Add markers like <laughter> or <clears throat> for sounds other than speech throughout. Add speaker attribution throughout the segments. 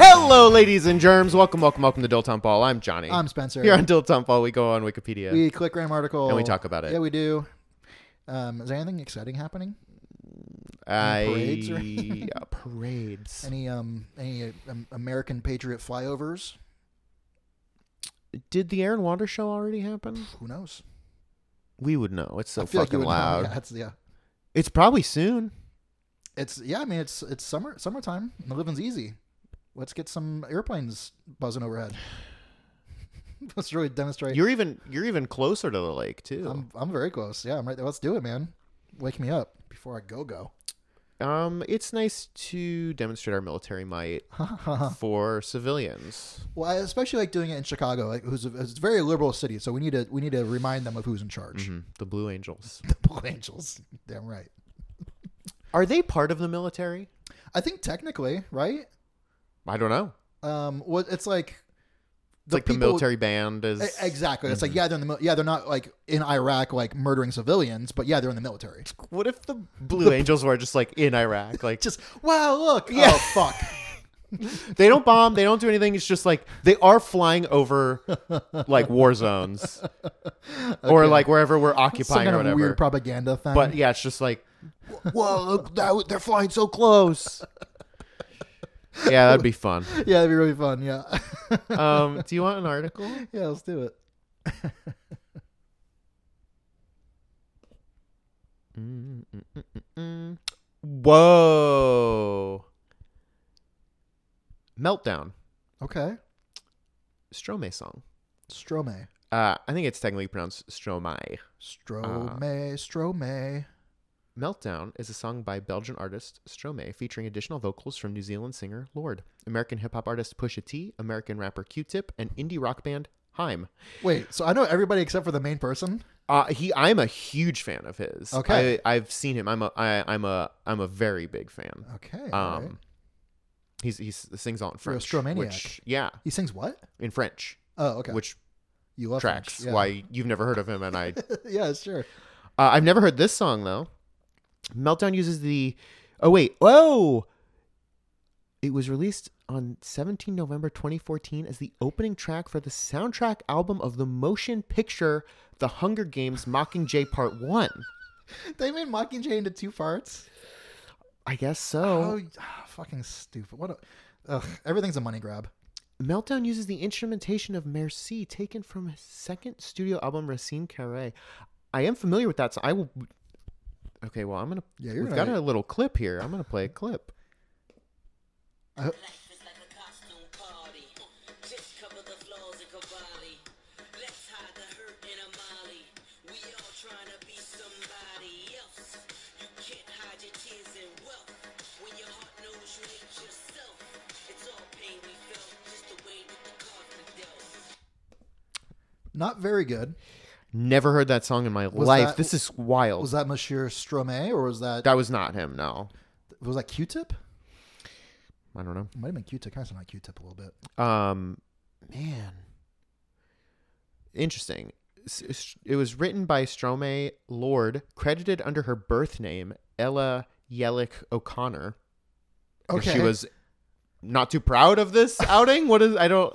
Speaker 1: Hello, ladies and germs. Welcome, welcome, welcome to Dilton Ball. I'm Johnny.
Speaker 2: I'm Spencer.
Speaker 1: Here on Dilton Ball, we go on Wikipedia.
Speaker 2: we click random article
Speaker 1: And we talk about it.
Speaker 2: Yeah, we do. Um, is there anything exciting happening?
Speaker 1: I
Speaker 2: parades
Speaker 1: <laughs>
Speaker 2: or-
Speaker 1: Yeah, parades.
Speaker 2: Any um any uh, um, American Patriot flyovers?
Speaker 1: Did the Aaron Wander show already happen?
Speaker 2: Who knows?
Speaker 1: We would know. It's so
Speaker 2: I feel like you
Speaker 1: fucking
Speaker 2: would know.
Speaker 1: loud.
Speaker 2: Yeah, it's yeah.
Speaker 1: It's probably soon.
Speaker 2: It's yeah. I mean, it's it's summer summertime. And the living's easy. Let's get some airplanes buzzing overhead. <laughs> Let's really demonstrate.
Speaker 1: You're even you're even closer to the lake too.
Speaker 2: I'm I'm very close. Yeah, I'm right there. Let's do it, man. Wake me up before I go go.
Speaker 1: um, it's nice to demonstrate our military might for civilians.
Speaker 2: <laughs> Well, I especially like doing it in Chicago, like who's a, it's a very liberal city, so we need to we need to remind them of who's in charge.
Speaker 1: Mhm. The Blue Angels.
Speaker 2: <laughs> The Blue Angels, damn right.
Speaker 1: Are they part of the military?
Speaker 2: I think technically, right?
Speaker 1: I don't know.
Speaker 2: Um, what it's like
Speaker 1: It's like the
Speaker 2: people-
Speaker 1: military Mm-hmm. band is
Speaker 2: e- exactly. It's like yeah, they're in the mil- yeah, they're not like in Iraq like murdering civilians, but yeah, they're in the military. <laughs>
Speaker 1: What if the Blue Angels were just like in Iraq? Like
Speaker 2: Just wow, look,
Speaker 1: Yeah.
Speaker 2: oh
Speaker 1: <laughs>
Speaker 2: fuck,
Speaker 1: they don't bomb, they don't do anything. It's just like they are flying over like war
Speaker 2: <laughs>
Speaker 1: zones or like wherever we're
Speaker 2: some
Speaker 1: occupying
Speaker 2: kind
Speaker 1: or
Speaker 2: of
Speaker 1: whatever.
Speaker 2: weird propaganda thing.
Speaker 1: but yeah, it's just like
Speaker 2: whoa, look, that w- they're flying so close.
Speaker 1: close. yeah, that'd be fun.
Speaker 2: <laughs> Yeah, that'd be really fun. Yeah, <laughs>
Speaker 1: Um, do you want an article?
Speaker 2: yeah, let's do it.
Speaker 1: Whoa. Meltdown.
Speaker 2: Okay,
Speaker 1: Stromae song.
Speaker 2: Stromae,
Speaker 1: Uh, I think it's technically pronounced Stromae. Ah.
Speaker 2: Stromae, Stromae.
Speaker 1: Meltdown is a song by Belgian artist Stromae featuring additional vocals from New Zealand singer Lord, American hip hop artist Pusha T, American rapper Q Tip, and indie rock band Heim.
Speaker 2: Wait, so I know everybody except for the main person.
Speaker 1: Uh, he, I'm a huge fan of his.
Speaker 2: Okay.
Speaker 1: I, I've seen him. I'm a, I, I'm a, I'm a very big fan.
Speaker 2: Okay, all
Speaker 1: Um,
Speaker 2: right.
Speaker 1: he's he sings all in
Speaker 2: You're a
Speaker 1: French.
Speaker 2: Stromaniac.
Speaker 1: Which, yeah,
Speaker 2: he sings what?
Speaker 1: in French,
Speaker 2: Oh, okay.
Speaker 1: which
Speaker 2: you love French,
Speaker 1: tracks
Speaker 2: yeah.
Speaker 1: why you've never heard of him, and I
Speaker 2: <laughs>
Speaker 1: <laughs>
Speaker 2: yeah, sure.
Speaker 1: Uh, I've never heard this song though. Meltdown uses the. Oh wait! Oh, it was released on 17 November 2014 as the opening track for the soundtrack album of the motion picture The Hunger Games: Mockingjay Part One.
Speaker 2: They made Mockingjay into two parts.
Speaker 1: I guess
Speaker 2: Oh,
Speaker 1: so.
Speaker 2: ah, fucking stupid! What? A, ugh, everything's a money grab.
Speaker 1: Meltdown uses the instrumentation of Merci, taken from his second studio album Racine Carré. I am familiar with that, so I will. Okay, well, I'm gonna.
Speaker 2: Yeah, you're
Speaker 1: we've got
Speaker 2: right.
Speaker 1: a little clip here. I'm gonna play a clip.
Speaker 3: Life is like a costume party. Just cover the flaws in Cavalli. Let's hide the hurt in a molly. We all trying to be somebody else. You can't hide your tears and wealth. When your heart knows you hate yourself. It's all pain we felt, just the way that the cards were dealt.
Speaker 2: Not very good.
Speaker 1: Never heard that song in my
Speaker 2: Was
Speaker 1: life.
Speaker 2: that-
Speaker 1: this is wild.
Speaker 2: Was that Monsieur Stromae or was that,
Speaker 1: that was not him. No,
Speaker 2: was that Q-Tip? It
Speaker 1: I don't know.
Speaker 2: might have been Q-Tip. Kind of sounded like Q-Tip a little bit.
Speaker 1: Um, man, interesting. S- s- It was written by Stromae Lord, credited under her birth name Ella Yellick O'Connor. If
Speaker 2: Okay,
Speaker 1: she was not too proud of
Speaker 2: <laughs>
Speaker 1: this outing. What is I don't.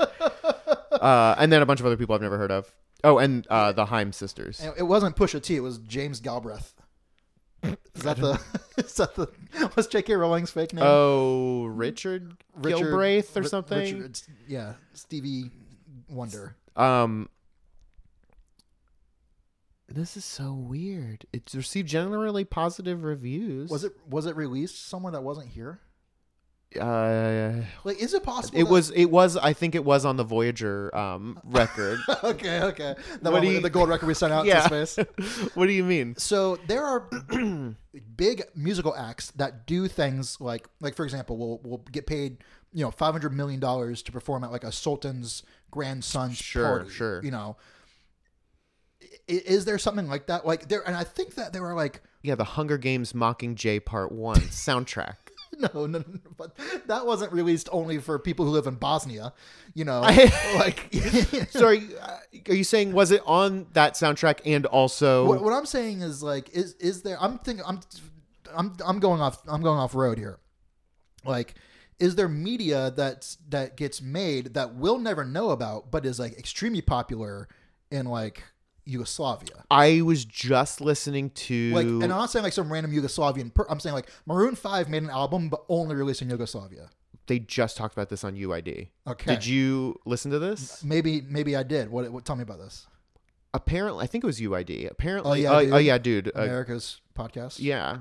Speaker 1: Uh, and then a bunch of other people I've never heard of. Oh, and uh, the Heim sisters.
Speaker 2: And It wasn't Pusha T. It was James Galbraith. Is that the? <laughs> Is that the? Was J.K. Rowling's fake name?
Speaker 1: Oh, Richard,
Speaker 2: Richard-
Speaker 1: Gilbraith or
Speaker 2: Ri-
Speaker 1: something.
Speaker 2: Richard, yeah, Stevie Wonder.
Speaker 1: Um, this is so weird. It's received generally positive reviews.
Speaker 2: Was it was it released somewhere that wasn't here?
Speaker 1: Uh,
Speaker 2: Like, is it possible?
Speaker 1: it
Speaker 2: that-
Speaker 1: was. It was. I think it was on the Voyager um,
Speaker 2: <laughs>
Speaker 1: record. <laughs>
Speaker 2: okay, okay. That
Speaker 1: What
Speaker 2: one
Speaker 1: do
Speaker 2: with
Speaker 1: you-
Speaker 2: the gold record we sent out
Speaker 1: Yeah.
Speaker 2: to space.
Speaker 1: what do you mean?
Speaker 2: So there are <clears throat> big musical acts that do things like, like for example, we'll we'll get paid, you know, five hundred million dollars to perform at like a sultan's grandson's
Speaker 1: Sure,
Speaker 2: party.
Speaker 1: sure.
Speaker 2: You know, I- is there something like that? Like there, and I think that there are like <laughs>
Speaker 1: Yeah, the Hunger Games Mockingjay Part One soundtrack.
Speaker 2: no, no, no, no, but that wasn't released only for people who live in Bosnia. You know, like
Speaker 1: <laughs>
Speaker 2: <laughs>
Speaker 1: Sorry, uh, are you saying was it on that soundtrack and also?
Speaker 2: What, what I'm saying is like is is there I'm thinking I'm I'm I'm going off I'm going off road here. Like is there media that's that gets made that we'll never know about but is like extremely popular in like Yugoslavia?
Speaker 1: I was just listening to.
Speaker 2: Like and I'm not saying like some random Yugoslavian per- I'm saying like Maroon 5 made an album but only released in Yugoslavia.
Speaker 1: they just talked about this on UID.
Speaker 2: Okay.
Speaker 1: Did you listen to this?
Speaker 2: Maybe maybe I did. What, what tell me about this?
Speaker 1: Apparently, I think it was UID. Apparently,
Speaker 2: yeah,
Speaker 1: oh,
Speaker 2: dude.
Speaker 1: oh, yeah, dude. uh,
Speaker 2: America's podcast?
Speaker 1: yeah,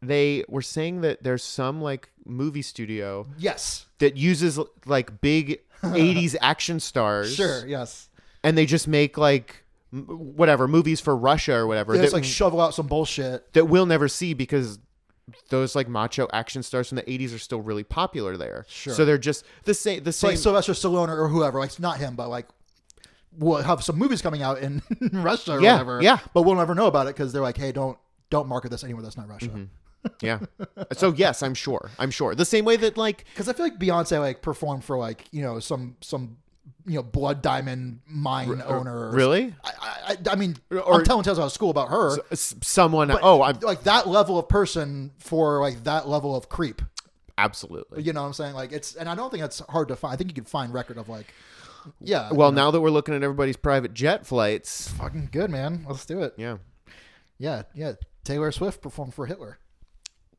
Speaker 1: they were saying that there's some like movie studio
Speaker 2: Yes.
Speaker 1: that uses like
Speaker 2: <laughs>
Speaker 1: big '80s action stars.
Speaker 2: Sure, yes.
Speaker 1: and they just make like m- whatever movies for Russia or whatever
Speaker 2: They
Speaker 1: that,
Speaker 2: just like shovel out some bullshit.
Speaker 1: that we'll never see because those like macho action stars from the 80s are still really popular there.
Speaker 2: Sure.
Speaker 1: So they're just the same the
Speaker 2: So,
Speaker 1: same
Speaker 2: like Sylvester Stallone or whoever, like not him, but like we'll have some movies coming out in <laughs> Russia or
Speaker 1: Yeah,
Speaker 2: whatever.
Speaker 1: yeah.
Speaker 2: But we'll never know about it because they're like, hey, don't don't market this anywhere that's not Russia.
Speaker 1: Mm-hmm.
Speaker 2: Because <laughs>
Speaker 1: yeah. So yes, I'm sure. I'm sure. The same way that like
Speaker 2: I feel like Beyonce like performed for like you know some some you know blood diamond mine owner. Or
Speaker 1: uh, really
Speaker 2: I, I, I mean,
Speaker 1: Or-
Speaker 2: I'm telling tales out of school about her.
Speaker 1: S- someone oh, I'm
Speaker 2: like that level of person for like that level of creep.
Speaker 1: absolutely.
Speaker 2: You know what I'm saying? Like it's, and I don't think that's hard to find. I think you can find record of like, yeah.
Speaker 1: Well, now that we're looking at everybody's private jet flights,
Speaker 2: fucking good, man. Let's do it.
Speaker 1: yeah.
Speaker 2: Yeah, yeah. Taylor Swift performed for Hitler.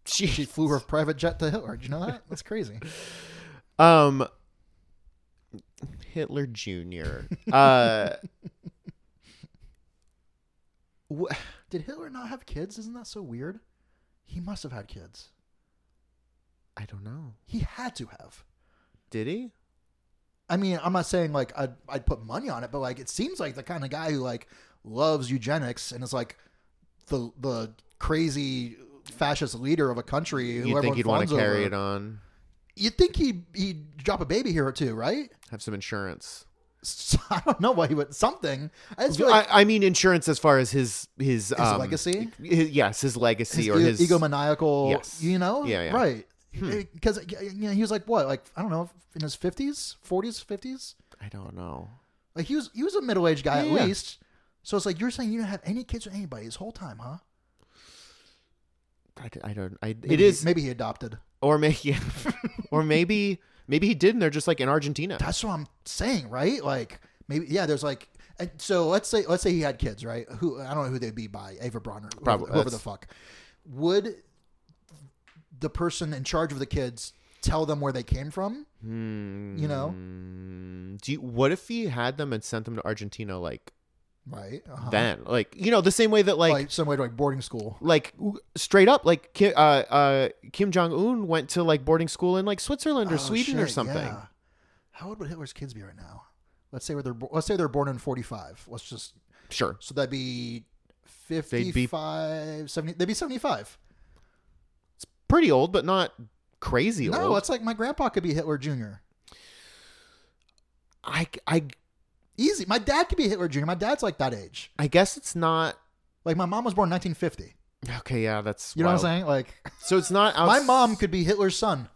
Speaker 2: She
Speaker 1: Gee.
Speaker 2: flew her private jet to Hitler. Did you know that?
Speaker 1: <laughs>
Speaker 2: That's crazy.
Speaker 1: Um Hitler
Speaker 2: <laughs>
Speaker 1: Jr. Uh
Speaker 2: Wh- Did Hitler not have kids? Isn't that so weird? He must have had kids.
Speaker 1: I don't know.
Speaker 2: He had to have.
Speaker 1: Did he?
Speaker 2: I mean, I'm not saying like I'd, I'd put money on it, but like it seems like the kind of guy who like loves eugenics and is like the the crazy fascist leader of a country. who
Speaker 1: You'd think
Speaker 2: everyone
Speaker 1: you'd want
Speaker 2: fawns
Speaker 1: to carry
Speaker 2: over.
Speaker 1: it on,
Speaker 2: You'd think he he'd drop a baby here or two, right? <laughs>
Speaker 1: have some insurance.
Speaker 2: So, I don't know why he would something. I just feel like
Speaker 1: I, I mean, insurance as far as his his, um,
Speaker 2: legacy?
Speaker 1: his- yes, his legacy
Speaker 2: his,
Speaker 1: or
Speaker 2: e-
Speaker 1: his
Speaker 2: egomaniacal,
Speaker 1: Yes.
Speaker 2: you know,
Speaker 1: Yeah, Hmm. yeah.
Speaker 2: right? Because you know, he was like what, like I don't know, in his fifties, forties, fifties.
Speaker 1: I don't know.
Speaker 2: Like he was, he was a middle aged guy
Speaker 1: Yeah, yeah.
Speaker 2: at least. So it's like you're saying you didn't have any kids with anybody this whole time, huh?
Speaker 1: I, d- I don't. I, it
Speaker 2: Maybe-
Speaker 1: is,
Speaker 2: maybe he adopted.
Speaker 1: or <laughs> maybe, or maybe, maybe he did, and they're just like in Argentina.
Speaker 2: That's what I'm saying, right? Like maybe yeah, there's like. And so let's say let's say he had kids, right? Who I don't know who they'd be by Ava Braun or whoever-
Speaker 1: Probably,
Speaker 2: whoever the
Speaker 1: that's-
Speaker 2: fuck. Would the person in charge of the kids tell them where they came from? You know,
Speaker 1: Mm, Hmm. Do you, what if he had them and sent them to Argentina like
Speaker 2: right? Uh-huh.
Speaker 1: then, like you know, the same way that like.
Speaker 2: like,
Speaker 1: like
Speaker 2: some way to like boarding school.
Speaker 1: w- straight up, like Kim, uh, uh, Kim Jong Un went to like boarding school in like Switzerland or
Speaker 2: Oh,
Speaker 1: Sweden or
Speaker 2: shit,
Speaker 1: something.
Speaker 2: yeah. How old would Hitler's kids be right now? Let's say where they're bo- let's say they're born in 45. Let's just
Speaker 1: Sure,
Speaker 2: so that'd be
Speaker 1: be-
Speaker 2: 55, 70. They'd be 75.
Speaker 1: pretty old, but not crazy old.
Speaker 2: No, it's like my grandpa could be Hitler Jr.
Speaker 1: I, I,
Speaker 2: Easy. My dad could be Hitler Jr. My dad's like that age.
Speaker 1: I guess it's not.
Speaker 2: Like my mom was born 1950.
Speaker 1: Okay, yeah, that's.
Speaker 2: You know what
Speaker 1: wild.
Speaker 2: I'm saying? Like
Speaker 1: So it's not. Outs-
Speaker 2: my mom could be Hitler's son.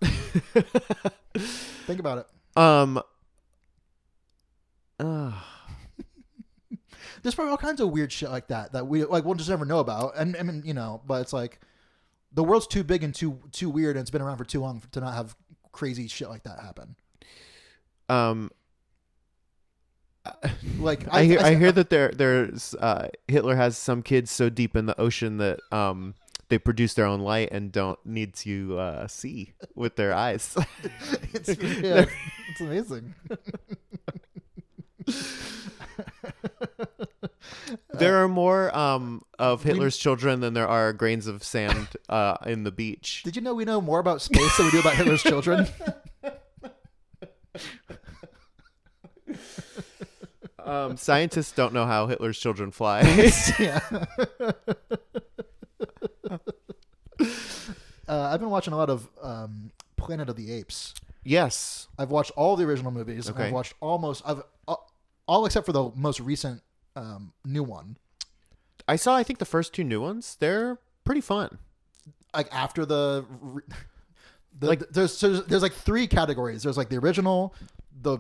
Speaker 2: Think about it.
Speaker 1: <laughs> um. Uh,
Speaker 2: there's probably all kinds of weird shit like that that we like we'll just never know about. And I mean, you know, but it's like the world's too big and too too weird, and it's been around for too long for, to not have crazy shit like that happen.
Speaker 1: um.
Speaker 2: Like
Speaker 1: I hear. I, hear that there. There's. Uh, Hitler has some kids so deep in the ocean that um they produce their own light and don't need to uh, see with their eyes. <laughs>
Speaker 2: <laughs> it's, yeah, it's amazing.
Speaker 1: There are more um, of Hitler's children than there are grains of sand uh, in the
Speaker 2: <laughs>
Speaker 1: beach.
Speaker 2: Did you know we know more about space than we do about Hitler's children?
Speaker 1: <laughs>
Speaker 2: <laughs>
Speaker 1: Um, scientists don't know how Hitler's children fly. <laughs>
Speaker 2: yeah. <laughs> uh, I've been watching a lot of um, Planet of the Apes.
Speaker 1: yes.
Speaker 2: I've watched all the original movies.
Speaker 1: Okay.
Speaker 2: I've watched almost I've uh, all except for the most recent um, new one.
Speaker 1: I saw, I think, the first two new ones. They're pretty fun.
Speaker 2: Like after the, re- <laughs> the
Speaker 1: Like-
Speaker 2: there's, so there's there's like three categories. There's like the original, the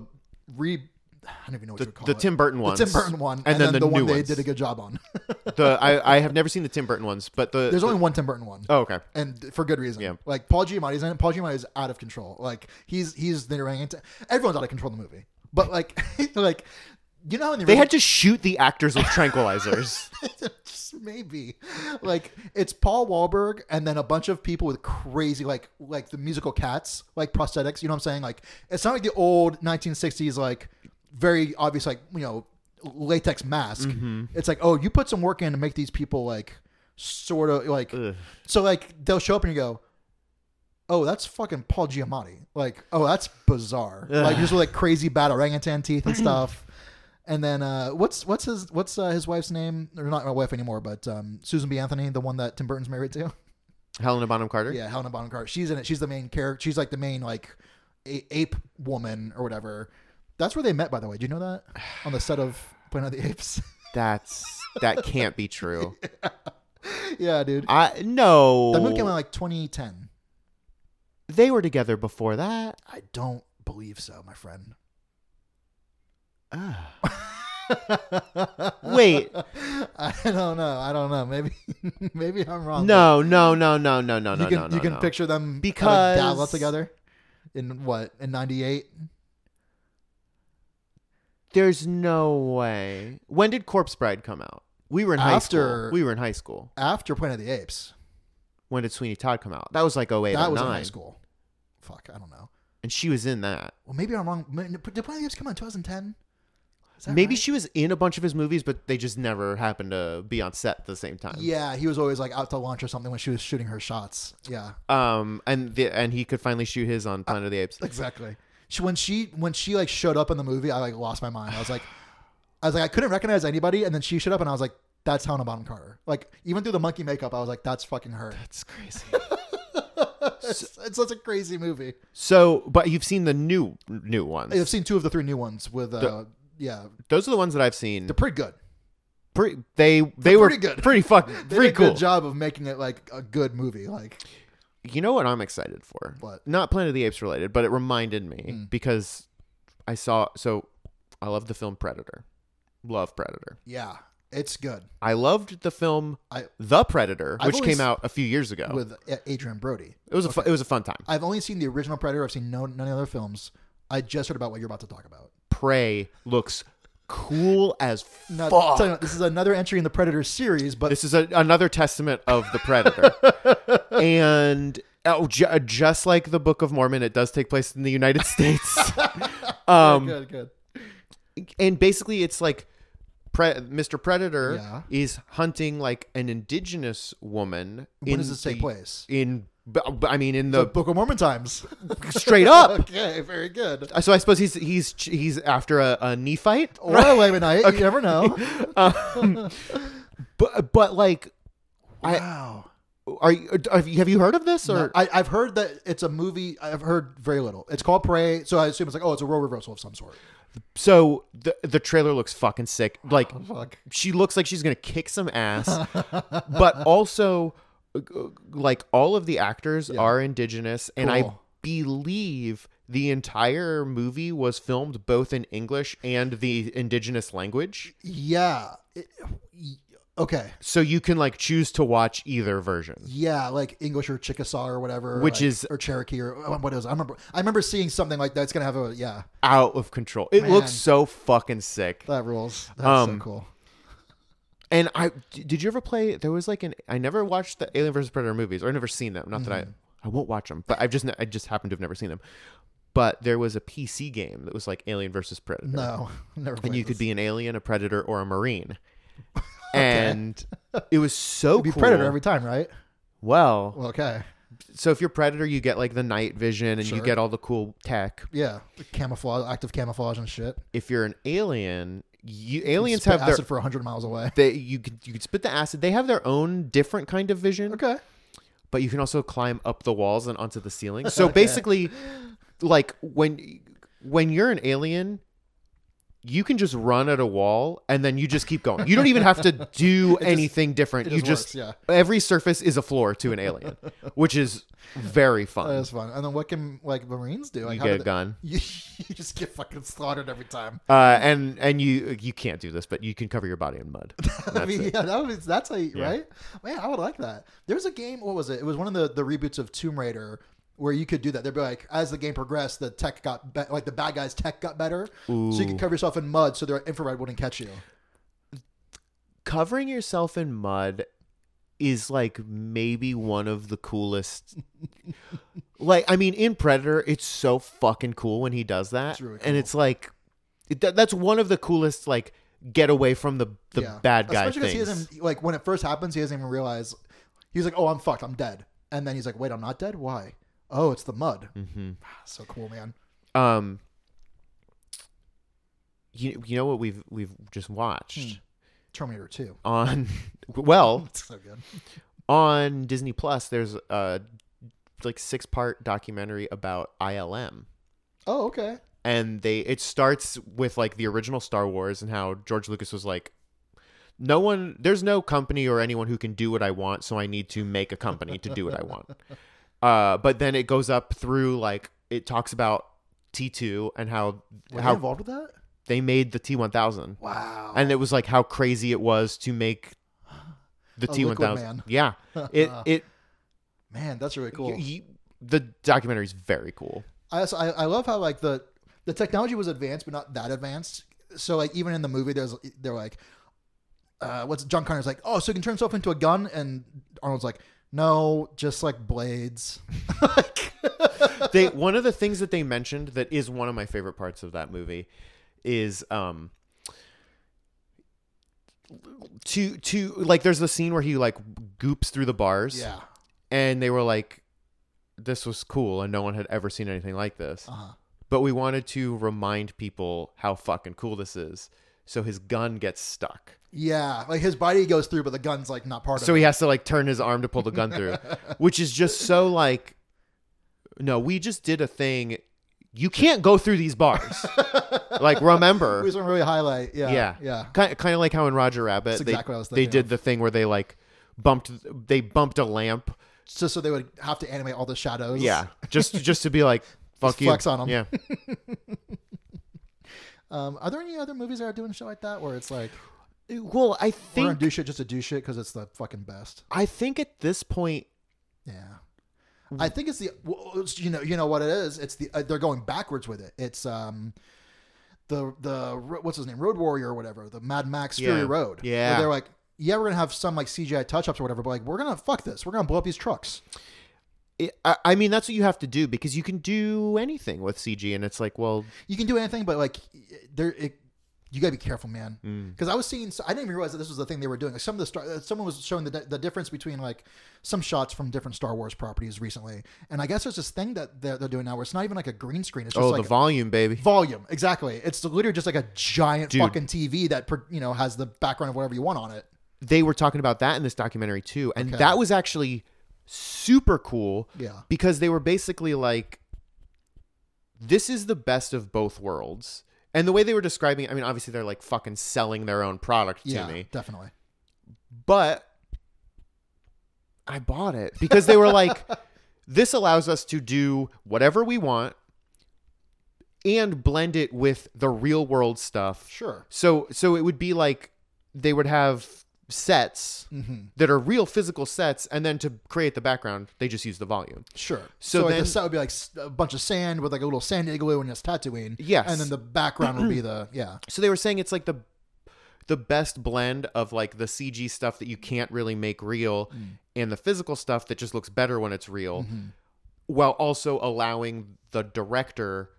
Speaker 2: re I don't even know what
Speaker 1: The,
Speaker 2: you would call
Speaker 1: the
Speaker 2: it.
Speaker 1: Tim Burton
Speaker 2: the
Speaker 1: ones.
Speaker 2: Tim Burton one,
Speaker 1: And, then, the,
Speaker 2: one
Speaker 1: new
Speaker 2: they
Speaker 1: ones.
Speaker 2: did a good job on. <laughs>
Speaker 1: the, I, I have never seen the Tim Burton ones, but the.
Speaker 2: there's
Speaker 1: the-
Speaker 2: only one Tim Burton one.
Speaker 1: Oh, okay.
Speaker 2: and for good reason.
Speaker 1: Yeah.
Speaker 2: Like Paul Giamatti's in it. Paul Giamatti is out of control. Like he's he's the orangutan. Everyone's out of control in the movie. But like <laughs> like you know how in the
Speaker 1: They
Speaker 2: original-
Speaker 1: had to shoot the actors with tranquilizers.
Speaker 2: <laughs> Just maybe like it's Paul Wahlberg and then a bunch of people with crazy like like the musical cats like prosthetics. You know what I'm saying? Like it's not like the old 1960s like very obvious like you know latex mask. It's like oh you put some work in to make these people like sort of like
Speaker 1: Ugh.
Speaker 2: so like they'll show up and you go. Oh, that's fucking Paul Giamatti. Like, oh, that's bizarre. Like, just with, like crazy bad orangutan teeth and stuff. And then uh, what's what's his what's uh, his wife's name? Or not my wife anymore, but um, Susan B. Anthony, the one that Tim Burton's married to.
Speaker 1: Helena Bonham Carter?
Speaker 2: Yeah, Helena Bonham Carter. She's in it. She's the main character. She's like the main like a- ape woman or whatever. That's where they met, by the way. Do you know that on the set of Planet of the Apes? <laughs>
Speaker 1: That's. That can't be true.
Speaker 2: yeah, dude.
Speaker 1: I no.
Speaker 2: That movie came out in like 2010.
Speaker 1: they were together before
Speaker 2: <laughs>
Speaker 1: that.
Speaker 2: I don't believe so, my friend. <laughs>
Speaker 1: Wait.
Speaker 2: I don't know. I don't know. Maybe <laughs> maybe I'm wrong.
Speaker 1: No, no, no, no, no, no,
Speaker 2: but
Speaker 1: no,
Speaker 2: Oh, you can
Speaker 1: no, no.
Speaker 2: you can
Speaker 1: no.
Speaker 2: picture them
Speaker 1: Because-
Speaker 2: at a gala together in what in '98.
Speaker 1: There's no way. When did Corpse Bride come out? We were in high
Speaker 2: After-
Speaker 1: school. We were in high school.
Speaker 2: after Planet of the Apes.
Speaker 1: When did Sweeney Todd come out? That was like 08
Speaker 2: that
Speaker 1: or
Speaker 2: was
Speaker 1: 9.
Speaker 2: in high school. Fuck, I don't know.
Speaker 1: And she was in that.
Speaker 2: Well, maybe I'm wrong. Ma- Did Planet of the Apes come out in 2010? Is that
Speaker 1: Maybe
Speaker 2: right?
Speaker 1: she was in a bunch of his movies, but they just never happened to be on set at the same time.
Speaker 2: Yeah, he was always like out to lunch or something when she was shooting her shots. Yeah,
Speaker 1: Um. And the and he could finally shoot his on Planet of the
Speaker 2: <laughs>
Speaker 1: Apes.
Speaker 2: <laughs> exactly. She, when she when she like showed up in the movie, I like lost my mind. I was like, I was like, I couldn't recognize anybody, and then she showed up, and I was like, that's Helena Bonham Carter. Like even through the monkey makeup, I was like, that's fucking her.
Speaker 1: That's crazy.
Speaker 2: <laughs> It's, it's such a crazy movie.
Speaker 1: so, but you've seen the new new ones.
Speaker 2: I've seen two of the three new ones with uh, yeah,
Speaker 1: Those are the ones that I've seen.
Speaker 2: they're pretty good.
Speaker 1: Pre- they they were
Speaker 2: pretty good.
Speaker 1: pretty fucking
Speaker 2: <laughs> They
Speaker 1: pretty
Speaker 2: did a
Speaker 1: cool.
Speaker 2: good job of making it like a good movie. Like
Speaker 1: You know what I'm excited for?
Speaker 2: What? Mm.
Speaker 1: Not Planet of the Apes related, but it reminded me because I saw. So I love the film Predator. Love Predator.
Speaker 2: yeah, it's good
Speaker 1: I loved the film
Speaker 2: I-
Speaker 1: The Predator,
Speaker 2: I've
Speaker 1: which
Speaker 2: always-
Speaker 1: came out a few years ago.
Speaker 2: with A- Adrian Brody.
Speaker 1: it was a fu- it was a fun time.
Speaker 2: I've only seen the original Predator. I've seen no none of the other films. I just heard about what you're about to talk about.
Speaker 1: Prey looks cool as
Speaker 2: Now,
Speaker 1: fuck.
Speaker 2: tell you what, this is another entry in the Predator series, but
Speaker 1: This is a, another testament of the
Speaker 2: <laughs>
Speaker 1: Predator, and oh, ju- just like the Book of Mormon, it does take place in the
Speaker 2: <laughs>
Speaker 1: United States. Um,
Speaker 2: good, good.
Speaker 1: and basically it's like pre- Mr. Predator
Speaker 2: Yeah.
Speaker 1: is hunting like an indigenous woman.
Speaker 2: When
Speaker 1: in
Speaker 2: does this take
Speaker 1: the- uh,
Speaker 2: place?
Speaker 1: In b- b- I mean in the
Speaker 2: Book of Mormon times.
Speaker 1: straight <laughs> up.
Speaker 2: <laughs> okay, very good.
Speaker 1: Uh, So I suppose he's he's he's after a, a Nephite,
Speaker 2: Or a Lamanite, you never <laughs> know.
Speaker 1: but but like,
Speaker 2: Wow.
Speaker 1: are you are you- have you heard of this or
Speaker 2: I, I've heard that it's a movie. I've heard very little. It's called Prey, so I assume it's like, oh, it's a role reversal of some sort.
Speaker 1: so the the trailer looks fucking sick. Like
Speaker 2: Fuck.
Speaker 1: she looks like she's gonna kick some ass,
Speaker 2: <laughs>
Speaker 1: but also uh, like all of the actors are indigenous, and I
Speaker 2: Cool.
Speaker 1: believe the entire movie was filmed both in English and the indigenous language.
Speaker 2: Yeah. It- y- okay.
Speaker 1: So you can like choose to watch either version.
Speaker 2: Yeah, like English or Chickasaw or whatever,
Speaker 1: Which
Speaker 2: like-
Speaker 1: is-
Speaker 2: or Cherokee or uh, what it was. I remember. I remember seeing something like that. It's gonna have a yeah.
Speaker 1: Out of control. It
Speaker 2: Man.
Speaker 1: looks so fucking sick.
Speaker 2: That rules. That's
Speaker 1: Um,
Speaker 2: so cool.
Speaker 1: And I d- did you ever play? There was like an I never watched the Alien vs Predator movies, or I never seen them. Not that I
Speaker 2: Mm-hmm.
Speaker 1: I won't watch them, but I've just ne- I just happened to have never seen them. But there was a PC game that was like Alien versus Predator,
Speaker 2: No, <laughs> never.
Speaker 1: and
Speaker 2: played
Speaker 1: you could
Speaker 2: this. <laughs>
Speaker 1: be an alien, a predator, or a marine. and it was so
Speaker 2: It'd be
Speaker 1: cool.
Speaker 2: Predator every time, right?
Speaker 1: well,
Speaker 2: Well, okay.
Speaker 1: so if you're Predator, you get like the night vision and you
Speaker 2: Sure.
Speaker 1: get all the cool tech.
Speaker 2: Yeah, camouflage, active camouflage and shit.
Speaker 1: If you're an alien, you aliens
Speaker 2: Spit
Speaker 1: have their
Speaker 2: acid for hundred miles away.
Speaker 1: they, you could you could spit the acid. They have their own different kind of vision,
Speaker 2: Okay.
Speaker 1: but you can also climb up the walls and onto the
Speaker 2: <laughs>
Speaker 1: ceiling. So basically, like when when you're an alien, you can just run at a wall and then you just keep going. You don't even
Speaker 2: <laughs>
Speaker 1: have to do anything different.
Speaker 2: it
Speaker 1: you
Speaker 2: just
Speaker 1: just
Speaker 2: works,
Speaker 1: every surface is a floor to an alien, which is very fun.
Speaker 2: That is fun. And then what can like Marines do? Like,
Speaker 1: you
Speaker 2: how
Speaker 1: get
Speaker 2: do
Speaker 1: a
Speaker 2: they-
Speaker 1: gun.
Speaker 2: You, <laughs> you just get fucking slaughtered every time.
Speaker 1: Uh, and and you you can't do this, but you can cover your body in
Speaker 2: <laughs>
Speaker 1: mud.
Speaker 2: I mean, yeah, that was that's a
Speaker 1: Yeah.
Speaker 2: right. Man, I would like that. There was a game. What was it? It was one of the the reboots of Tomb Raider where you could do that. They'd be like, as the game progressed, the tech got be- like the bad guys' tech got better, so you could cover yourself in mud so their infrared wouldn't catch you.
Speaker 1: covering yourself in mud is like maybe one of the
Speaker 2: <laughs>
Speaker 1: coolest like i mean in predator it's so fucking cool when he does that
Speaker 2: It's really
Speaker 1: and it's like it, that, that's one of the coolest like get away from the the
Speaker 2: Yeah.
Speaker 1: bad guy
Speaker 2: Especially 'cause he
Speaker 1: things
Speaker 2: doesn't like when it first happens, he doesn't even realize. He's like, "Oh, I'm fucked. I'm dead." And then he's like, "Wait, I'm not dead. Why? Oh, it's the mud." Mm-hmm. So cool, man.
Speaker 1: um you, you know what we've we've just
Speaker 2: Hmm.
Speaker 1: watched
Speaker 2: Terminator Two.
Speaker 1: on <laughs> well
Speaker 2: It's so good.
Speaker 1: on disney plus there's a like six part documentary about ilm
Speaker 2: Oh, okay.
Speaker 1: and they it starts with like the original Star Wars and how George Lucas was like no one there's no company or anyone who can do what I want so I need to make a company to do what I
Speaker 2: <laughs>
Speaker 1: want. Uh but then it goes up through like it talks about T2 and how
Speaker 2: Were
Speaker 1: how
Speaker 2: they involved with that?
Speaker 1: they made the T1000
Speaker 2: Wow.
Speaker 1: and it was like how crazy it was to make the
Speaker 2: A liquid
Speaker 1: T1000.
Speaker 2: man.
Speaker 1: Yeah.
Speaker 2: <laughs>
Speaker 1: It it
Speaker 2: man, that's really cool.
Speaker 1: y- y- the documentary is very cool.
Speaker 2: I also I, I love how like the the technology was advanced but not that advanced. So like even in the movie, there's they're like, uh, what's John Connor's like? Oh, so you can turn yourself into a gun? And Arnold's like, no, just like
Speaker 1: <laughs>
Speaker 2: blades. like,
Speaker 1: they one of the things that they mentioned that is one of my favorite parts of that movie is um to to like there's the scene where he like goops through the bars
Speaker 2: yeah,
Speaker 1: and they were like this was cool and no one had ever seen anything like this
Speaker 2: uh-huh.
Speaker 1: but we wanted to remind people how fucking cool this is so his gun gets stuck
Speaker 2: yeah. Like his body goes through, but the gun's like not part
Speaker 1: so
Speaker 2: of.
Speaker 1: he
Speaker 2: it.
Speaker 1: has to like turn his arm to pull the gun through
Speaker 2: <laughs>
Speaker 1: which is just so like no we just did a thing you can't go through these
Speaker 2: <laughs>
Speaker 1: bars like remember
Speaker 2: We just want to really highlight. Yeah,
Speaker 1: yeah
Speaker 2: yeah, yeah.
Speaker 1: kind of, kind of like how in roger rabbit
Speaker 2: That's
Speaker 1: they,
Speaker 2: exactly what I was
Speaker 1: they
Speaker 2: thinking
Speaker 1: did
Speaker 2: of.
Speaker 1: the thing where they like bumped they bumped a lamp
Speaker 2: Just so they would have to animate all the shadows.
Speaker 1: yeah just just to be
Speaker 2: <laughs>
Speaker 1: like fuck you
Speaker 2: flex on 'em. <laughs>
Speaker 1: yeah
Speaker 2: Um, are there any other movies that are doing shit like that where it's like
Speaker 1: well i
Speaker 2: we're gonna
Speaker 1: think
Speaker 2: do shit just to do shit because it's the fucking best?
Speaker 1: i think at this point
Speaker 2: Yeah.
Speaker 1: Mm-hmm.
Speaker 2: I think it's the well, it's- you know you know what it is. It's the uh, they're going backwards with it. It's um the the ro- what's his name Road Warrior or whatever the Mad Max
Speaker 1: Yeah.
Speaker 2: Fury Road. where
Speaker 1: Yeah.
Speaker 2: they're like yeah we're gonna have some like CGI touch ups or whatever, but like we're gonna fuck this. We're gonna blow up these trucks.
Speaker 1: it, I, I mean that's what you have to do because you can do anything with cg and it's like well
Speaker 2: You can do anything, but like there it. You gotta be careful, man.
Speaker 1: Mm.
Speaker 2: Because I was seeing, I didn't even realize that this was the thing they were doing. Like some of the star, uh, someone was showing the the difference between like some shots from different Star Wars properties recently, and I guess there's this thing that they're, they're doing now where it's not even like a green screen. It's just
Speaker 1: oh
Speaker 2: like
Speaker 1: the volume baby
Speaker 2: volume exactly it's literally just like a giant
Speaker 1: Dude.
Speaker 2: fucking tv that per- you know has the background of whatever you want on it
Speaker 1: they were talking about that in this documentary too and
Speaker 2: Okay.
Speaker 1: that was actually super cool
Speaker 2: Yeah.
Speaker 1: because they were basically like this is the best of both worlds and the way they were describing it, i mean obviously they're like fucking selling their own product to
Speaker 2: yeah
Speaker 1: me
Speaker 2: definitely
Speaker 1: but i bought it because they were like <laughs> this allows us to do whatever we want and blend it with the real world stuff
Speaker 2: sure
Speaker 1: so so it would be like they would have sets that are real physical sets, and then to create the background, they just use the volume.
Speaker 2: sure
Speaker 1: So
Speaker 2: so, like
Speaker 1: then-
Speaker 2: the set would be like s- a bunch of sand with like a little sand igloo and it's tatooine
Speaker 1: Yes.
Speaker 2: and then the background would be the yeah
Speaker 1: So they were saying it's like the the best blend of like the CG stuff that you can't really make real and the physical stuff that just looks better when it's real while also allowing the director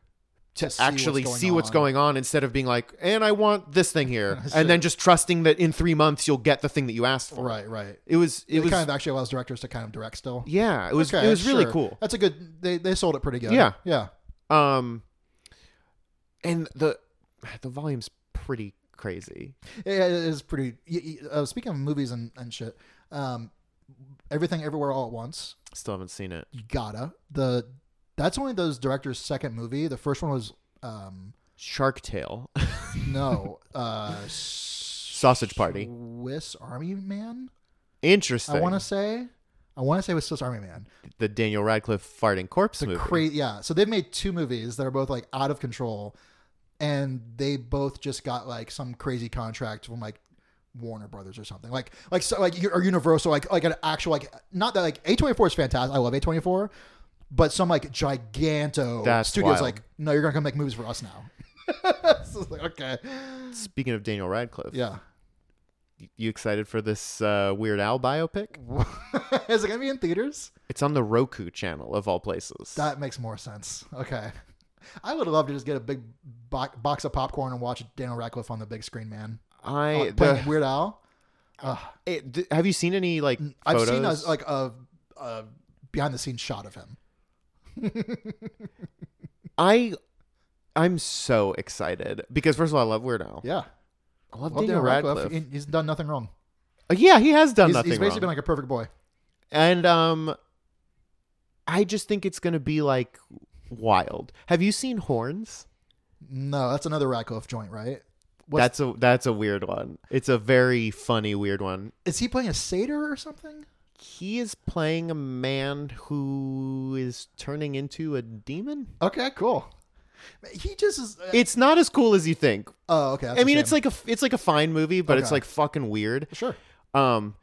Speaker 2: to see
Speaker 1: actually
Speaker 2: what's
Speaker 1: see what's going on instead of being like, and I want this thing here, and then just trusting that in three months you'll get the thing that you asked for.
Speaker 2: Right, right.
Speaker 1: It was. It
Speaker 2: It,
Speaker 1: was.
Speaker 2: kind of actually allows directors to kind of direct still.
Speaker 1: yeah. It was.
Speaker 2: Okay,
Speaker 1: it was really
Speaker 2: sure.
Speaker 1: cool.
Speaker 2: That's a good. They they sold it pretty good.
Speaker 1: Yeah.
Speaker 2: yeah.
Speaker 1: Um, and the the volume's pretty crazy.
Speaker 2: Yeah, it is pretty. y- y- Uh, speaking of movies and, and shit, um, everything everywhere all at once.
Speaker 1: Still haven't seen it.
Speaker 2: You gotta the. That's only those director's second movie. The first one was um
Speaker 1: Shark Tale, <laughs>
Speaker 2: no uh Sausage
Speaker 1: Sausage Party.
Speaker 2: Swiss Army Man.
Speaker 1: Interesting.
Speaker 2: I want to say. I want to say it was Swiss Army Man.
Speaker 1: the Daniel Radcliffe farting corpse
Speaker 2: the
Speaker 1: movie.
Speaker 2: cra- yeah so they've made two movies that are both like out of control and they both just got like some crazy contract from like Warner Brothers or something like like so, like or Universal like like an actual like not that like A24 is fantastic I love A24 but some like giganto
Speaker 1: That's
Speaker 2: studios
Speaker 1: wild.
Speaker 2: like no you're gonna come make movies for us now <laughs> so it's like okay
Speaker 1: Speaking of Daniel Radcliffe,
Speaker 2: yeah <laughs>
Speaker 1: y- you excited for this uh, Weird Al biopic?
Speaker 2: is it gonna be in theaters
Speaker 1: It's on the Roku channel of all places.
Speaker 2: that makes more sense okay I would love to just get a big bo- box of popcorn and watch Daniel Radcliffe on the big screen man
Speaker 1: I
Speaker 2: Uh, playing
Speaker 1: the,
Speaker 2: Weird Al.
Speaker 1: <laughs> it, th- have you seen any like
Speaker 2: I've
Speaker 1: photos?
Speaker 2: seen a, like a, a behind the scenes shot of him.
Speaker 1: I I'm so excited because first of all I love Weird Al.
Speaker 2: Yeah,
Speaker 1: I love,
Speaker 2: Love
Speaker 1: Daniel,
Speaker 2: Daniel
Speaker 1: Radcliffe.
Speaker 2: Radcliffe. He- He's done nothing wrong.
Speaker 1: Uh, yeah, he has done
Speaker 2: He's,
Speaker 1: nothing
Speaker 2: he's basically
Speaker 1: wrong.
Speaker 2: been like a perfect boy.
Speaker 1: and um I just think it's going to be like wild. Have you seen Horns?
Speaker 2: No, that's another Radcliffe joint, right? What's-
Speaker 1: That's a that's a weird one. It's a very funny weird one.
Speaker 2: Is he playing a satyr or something?
Speaker 1: He is playing a man who is turning into a demon.
Speaker 2: Okay, cool. He just is. uh,
Speaker 1: It's not as cool as you think.
Speaker 2: oh, okay. that's
Speaker 1: I
Speaker 2: a
Speaker 1: mean,
Speaker 2: shame.
Speaker 1: it's like a it's like a fine movie, but it's
Speaker 2: Okay.
Speaker 1: like fucking weird.
Speaker 2: sure.
Speaker 1: Um,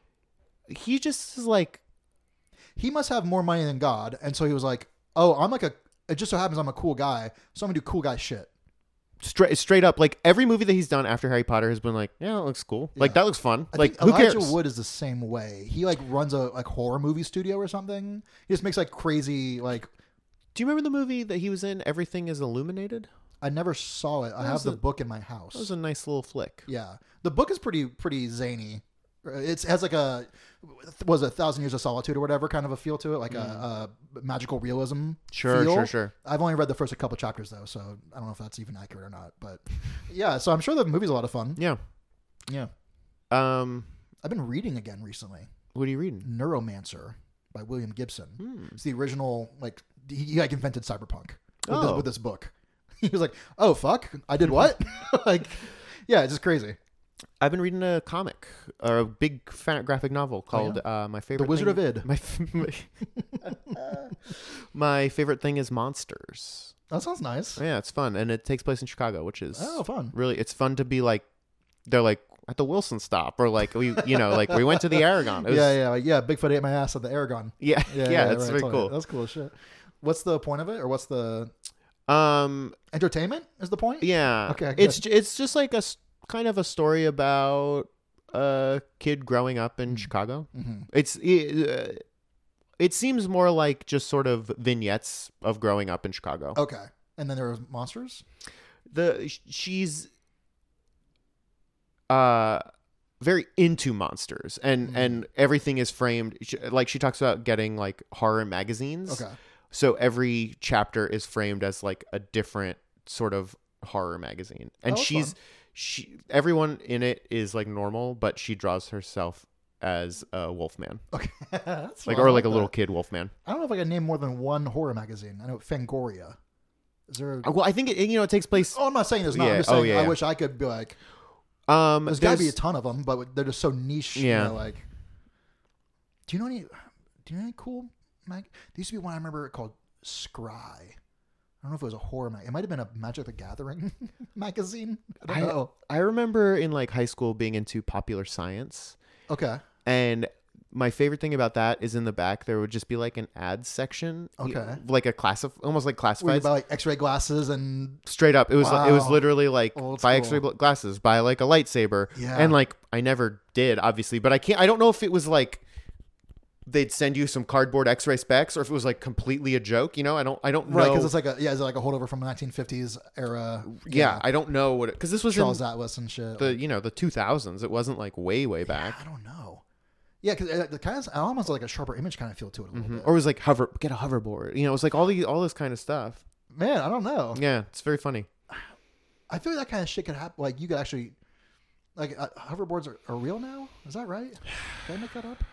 Speaker 1: he just is like
Speaker 2: He must have more money than God, and so he was like, "Oh, I'm like a. It just so happens I'm a cool guy, so I'm gonna do cool guy shit."
Speaker 1: straight straight up like every movie that he's done after Harry Potter has been like, yeah, that looks cool. Like that looks fun.
Speaker 2: I
Speaker 1: like
Speaker 2: think
Speaker 1: who
Speaker 2: Elijah
Speaker 1: cares?
Speaker 2: Wood is the same way. He like runs a like horror movie studio or something. He just makes like crazy like
Speaker 1: Do you remember the movie that he was in? Everything is illuminated.
Speaker 2: I never saw it. I have
Speaker 1: was
Speaker 2: the
Speaker 1: a-
Speaker 2: book in my house.
Speaker 1: That was a nice little flick.
Speaker 2: yeah, the book is pretty pretty zany. Uh, It's has like a was it a thousand years of solitude or whatever kind of a feel to it, like a,
Speaker 1: Mm.
Speaker 2: a magical realism.
Speaker 1: Sure,
Speaker 2: feel.
Speaker 1: sure, sure.
Speaker 2: I've only read the first couple chapters though, so I don't know if that's even accurate or not. But <laughs> yeah, so I'm sure the movie's a lot of fun.
Speaker 1: Yeah.
Speaker 2: Yeah,
Speaker 1: Um,
Speaker 2: I've been reading again recently.
Speaker 1: what are you reading?
Speaker 2: Neuromancer by William Gibson.
Speaker 1: Hmm.
Speaker 2: It's the original, like he, he like invented cyberpunk with, this,
Speaker 1: Oh.
Speaker 2: with this book. <laughs> He was like, "Oh fuck, I did what?" <laughs> like, yeah, it's just crazy.
Speaker 1: I've been reading a comic or a big fat graphic novel called uh, "My Favorite."
Speaker 2: Oh, Wizard
Speaker 1: Thing-
Speaker 2: of Id.
Speaker 1: My, f- <laughs> my, <laughs> my favorite thing is monsters.
Speaker 2: That sounds nice.
Speaker 1: Yeah, it's fun, and it takes place in Chicago, which is
Speaker 2: Oh, fun.
Speaker 1: Really, it's fun to be like they're like at the Wilson stop, or like we, you know, like we went to the Aragon. It was-
Speaker 2: <laughs> yeah, yeah, like, yeah. Bigfoot ate my ass at the Aragon.
Speaker 1: yeah, <laughs> yeah, it's
Speaker 2: right,
Speaker 1: very
Speaker 2: totally.
Speaker 1: cool.
Speaker 2: That's cool as shit. What's the point of it, or what's the Oh.
Speaker 1: Um,
Speaker 2: entertainment? Is the point?
Speaker 1: yeah,
Speaker 2: Okay, good.
Speaker 1: it's ju- it's just like a s- kind of a story about a kid growing up
Speaker 2: Hmm.
Speaker 1: in Chicago.
Speaker 2: Mm-hmm.
Speaker 1: It's. It, uh, it seems more like just sort of vignettes of growing up in Chicago.
Speaker 2: Okay. And then there was monsters.
Speaker 1: the sh- she's uh very into monsters and
Speaker 2: Hmm.
Speaker 1: and everything is framed sh like she talks about getting like horror magazines
Speaker 2: Okay. <laughs>
Speaker 1: so every chapter is framed as like a different sort of horror magazine and
Speaker 2: Oh, that's
Speaker 1: she's she everyone in it is like normal but she draws herself as a wolfman
Speaker 2: Okay. That's
Speaker 1: like
Speaker 2: fun. Oh, I
Speaker 1: or like a
Speaker 2: that.
Speaker 1: little kid wolfman
Speaker 2: I don't know if I can name more than one horror magazine. I know Fangoria. Is there? A,
Speaker 1: Uh, well i think it you know it takes place
Speaker 2: oh, I'm not saying there's not.
Speaker 1: Yeah,
Speaker 2: I'm just
Speaker 1: oh,
Speaker 2: saying
Speaker 1: yeah,
Speaker 2: I
Speaker 1: yeah.
Speaker 2: wish I could be like.
Speaker 1: um
Speaker 2: Oh, There's gotta be a
Speaker 1: there's-
Speaker 2: ton of them, but they're just so niche. Yeah.
Speaker 1: Yeah.
Speaker 2: You know, like, do you know any? Do you know any cool mag? There used to be one I remember called Scry. I don't know if it was a horror mag. It might have been a Magic the Gathering <laughs> magazine. I don't know.
Speaker 1: I remember in like high school being into popular science,
Speaker 2: Okay.
Speaker 1: and my favorite thing about that is in the back there would just be like an ad section, you-
Speaker 2: Okay.
Speaker 1: like a classif, almost like
Speaker 2: Where you
Speaker 1: classifieds.
Speaker 2: buy like X-ray glasses and
Speaker 1: Straight up, it was it was
Speaker 2: Wow.
Speaker 1: literally like
Speaker 2: Old
Speaker 1: buy
Speaker 2: school.
Speaker 1: X-ray gla- glasses, buy like a lightsaber,
Speaker 2: Yeah.
Speaker 1: and like I never did obviously, but I can't. I don't know if it was like they'd send you some cardboard X-ray specs, or if it was like completely a joke. You know, I don't, I don't
Speaker 2: Right,
Speaker 1: know.
Speaker 2: because it's like a yeah, it's like a holdover from 1950s era.
Speaker 1: yeah, I don't know what because this was
Speaker 2: Charles
Speaker 1: in
Speaker 2: Atlas and shit.
Speaker 1: the you know the 2000s. It wasn't like way way back,
Speaker 2: I don't know. Yeah, uh, because it kind of almost like a sharper image kind of feel to it a little
Speaker 1: or it was like hover get a hoverboard. You know, it was like all the all this kind of stuff.
Speaker 2: bit. Man, I don't know.
Speaker 1: Yeah, it's very funny.
Speaker 2: I feel like that kind of shit could happen. Like you could actually, like uh, hoverboards are, are real now. Is that right? Did I make that up?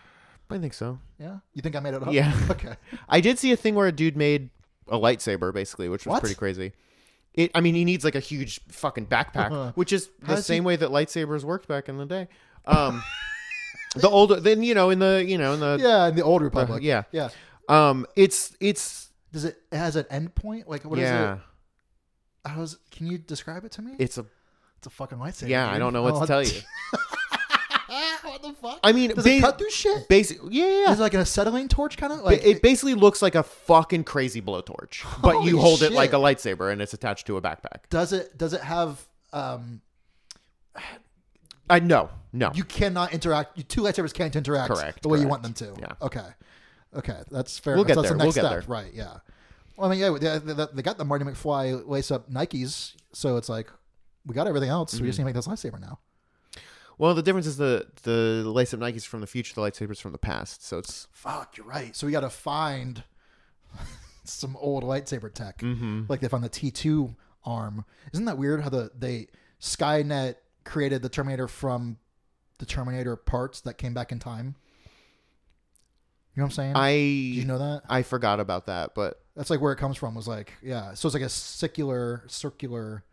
Speaker 1: I think so.
Speaker 2: Yeah. You think I made it up?
Speaker 1: Yeah.
Speaker 2: <laughs> Okay.
Speaker 1: I did see a thing where a dude made a lightsaber basically, which was
Speaker 2: What?
Speaker 1: pretty crazy. It, I mean, he needs like a huge fucking backpack, which is the
Speaker 2: does Uh-huh. he-
Speaker 1: same way that lightsabers worked back in the day. Um, <laughs> the older, then you know, in the you know, in the
Speaker 2: Yeah, in the old republic.
Speaker 1: yeah.
Speaker 2: Yeah.
Speaker 1: um, it's it's
Speaker 2: Does it, it has an end point? Like what is
Speaker 1: yeah,
Speaker 2: it? How's can you describe it to me?
Speaker 1: it's a
Speaker 2: it's a fucking lightsaber.
Speaker 1: yeah. I
Speaker 2: dude.
Speaker 1: don't know what
Speaker 2: Oh,
Speaker 1: to
Speaker 2: <laughs>
Speaker 1: tell you.
Speaker 2: what the fuck?
Speaker 1: I mean,
Speaker 2: does
Speaker 1: ba-
Speaker 2: it cut through shit?
Speaker 1: Basically, yeah, yeah.
Speaker 2: Is it like an acetylene torch kind of
Speaker 1: Ba-
Speaker 2: like
Speaker 1: it basically looks like a fucking crazy blowtorch, but you
Speaker 2: Holy
Speaker 1: hold it like a
Speaker 2: shit.
Speaker 1: lightsaber, and it's attached to a backpack.
Speaker 2: does it does it have um
Speaker 1: I no, no.
Speaker 2: you cannot interact you two lightsabers can't interact
Speaker 1: Correct,
Speaker 2: the way you want them
Speaker 1: correct.
Speaker 2: to
Speaker 1: Yeah.
Speaker 2: okay okay that's fair
Speaker 1: We'll
Speaker 2: enough.
Speaker 1: get
Speaker 2: that's
Speaker 1: there,
Speaker 2: the next
Speaker 1: we'll get
Speaker 2: step right yeah well, I mean yeah they, they, they got the Marty McFly lace up Nikes so it's like we got everything else we just
Speaker 1: Mm-hmm.
Speaker 2: need to make this lightsaber now
Speaker 1: Well, the difference is the the lightsaber Nikes from the future, the lightsabers from the past. So it's
Speaker 2: fuck you're right so we got to find <laughs> some old lightsaber tech
Speaker 1: Mm-hmm.
Speaker 2: like they found the T2 arm isn't that weird how the they Skynet created the Terminator from the Terminator parts that came back in time you know what I'm saying
Speaker 1: I
Speaker 2: Did you know that?
Speaker 1: I forgot about that, but
Speaker 2: That's like where it comes from. Was like, yeah. So it's like a secular, circular.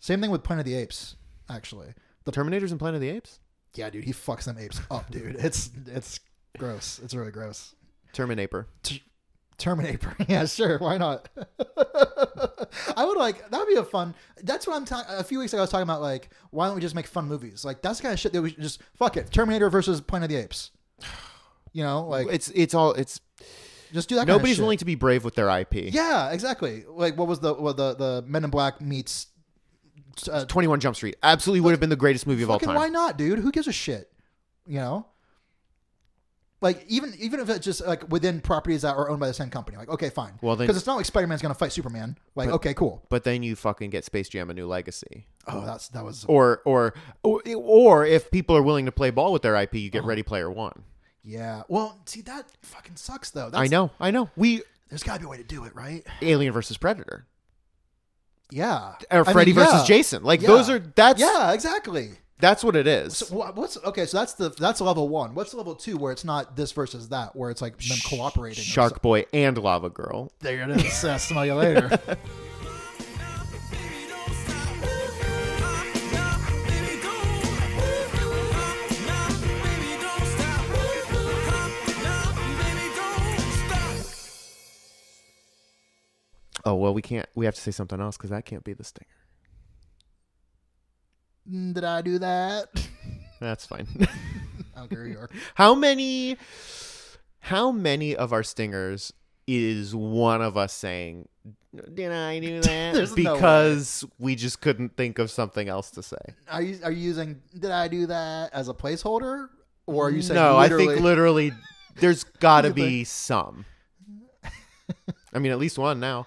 Speaker 2: Same thing with Planet of the Apes, actually.
Speaker 1: the Terminators and Planet of the Apes,
Speaker 2: Yeah, dude, he fucks them apes up, dude. <laughs> It's it's gross. It's really gross.
Speaker 1: Terminator.
Speaker 2: Terminator. <laughs> Yeah, sure. Why not? <laughs> I would like that would be a fun. That's what I'm talking. A few weeks ago, I was talking about like, why don't we just make fun movies? Like that's the kind of shit that we should just fuck it. Terminator versus Planet of the Apes. You know, like
Speaker 1: It's it's all it's
Speaker 2: just do that. kind of
Speaker 1: nobody's
Speaker 2: shit.
Speaker 1: willing to be brave with their IP.
Speaker 2: Yeah, exactly. Like what was the what the the Men in Black meets uh,
Speaker 1: Twenty One Jump Street absolutely would have been the greatest movie of all
Speaker 2: fucking
Speaker 1: time.
Speaker 2: why not, dude? Who gives a shit? You know? Like even even if it's just like within properties that are owned by the same company, like okay, fine.
Speaker 1: Well, then-
Speaker 2: because it's not like Spider Man's gonna fight Superman. Like okay, cool.
Speaker 1: But then you fucking get Space Jam: A New Legacy,
Speaker 2: Oh, that's that was
Speaker 1: or or or, or if people are willing to play ball with their IP, you
Speaker 2: Oh.
Speaker 1: get Ready Player One.
Speaker 2: yeah. Well, see that fucking sucks though. That's,
Speaker 1: I know, I know. We
Speaker 2: There's gotta be a way to do it, right?
Speaker 1: Alien versus Predator
Speaker 2: Yeah.
Speaker 1: or
Speaker 2: I
Speaker 1: Freddy
Speaker 2: mean,
Speaker 1: versus
Speaker 2: yeah.
Speaker 1: Jason. Like
Speaker 2: Yeah.
Speaker 1: those are that's
Speaker 2: yeah, exactly.
Speaker 1: that's what it is.
Speaker 2: So wha- what's okay? So that's the that's level one. What's level two where it's not this versus that, where it's like them cooperating. or
Speaker 1: Shark Boy and Lava Girl.
Speaker 2: There it is. Uh, smell you later. <laughs>
Speaker 1: Oh well, we can't. We have to say something else because that can't be the stinger.
Speaker 2: Mm, Did I do that? <laughs>
Speaker 1: That's fine. <laughs>
Speaker 2: I don't care who you are.
Speaker 1: how many? How many of our stingers is one of us saying? Did I
Speaker 2: <laughs>
Speaker 1: do that?
Speaker 2: There's no way.
Speaker 1: because we just couldn't think of something else to say.
Speaker 2: Are you are you using "Did I do that" as a placeholder, or are you saying
Speaker 1: no, I think
Speaker 2: literally-
Speaker 1: literally there's got to
Speaker 2: <laughs>
Speaker 1: be some. I mean, at least one now.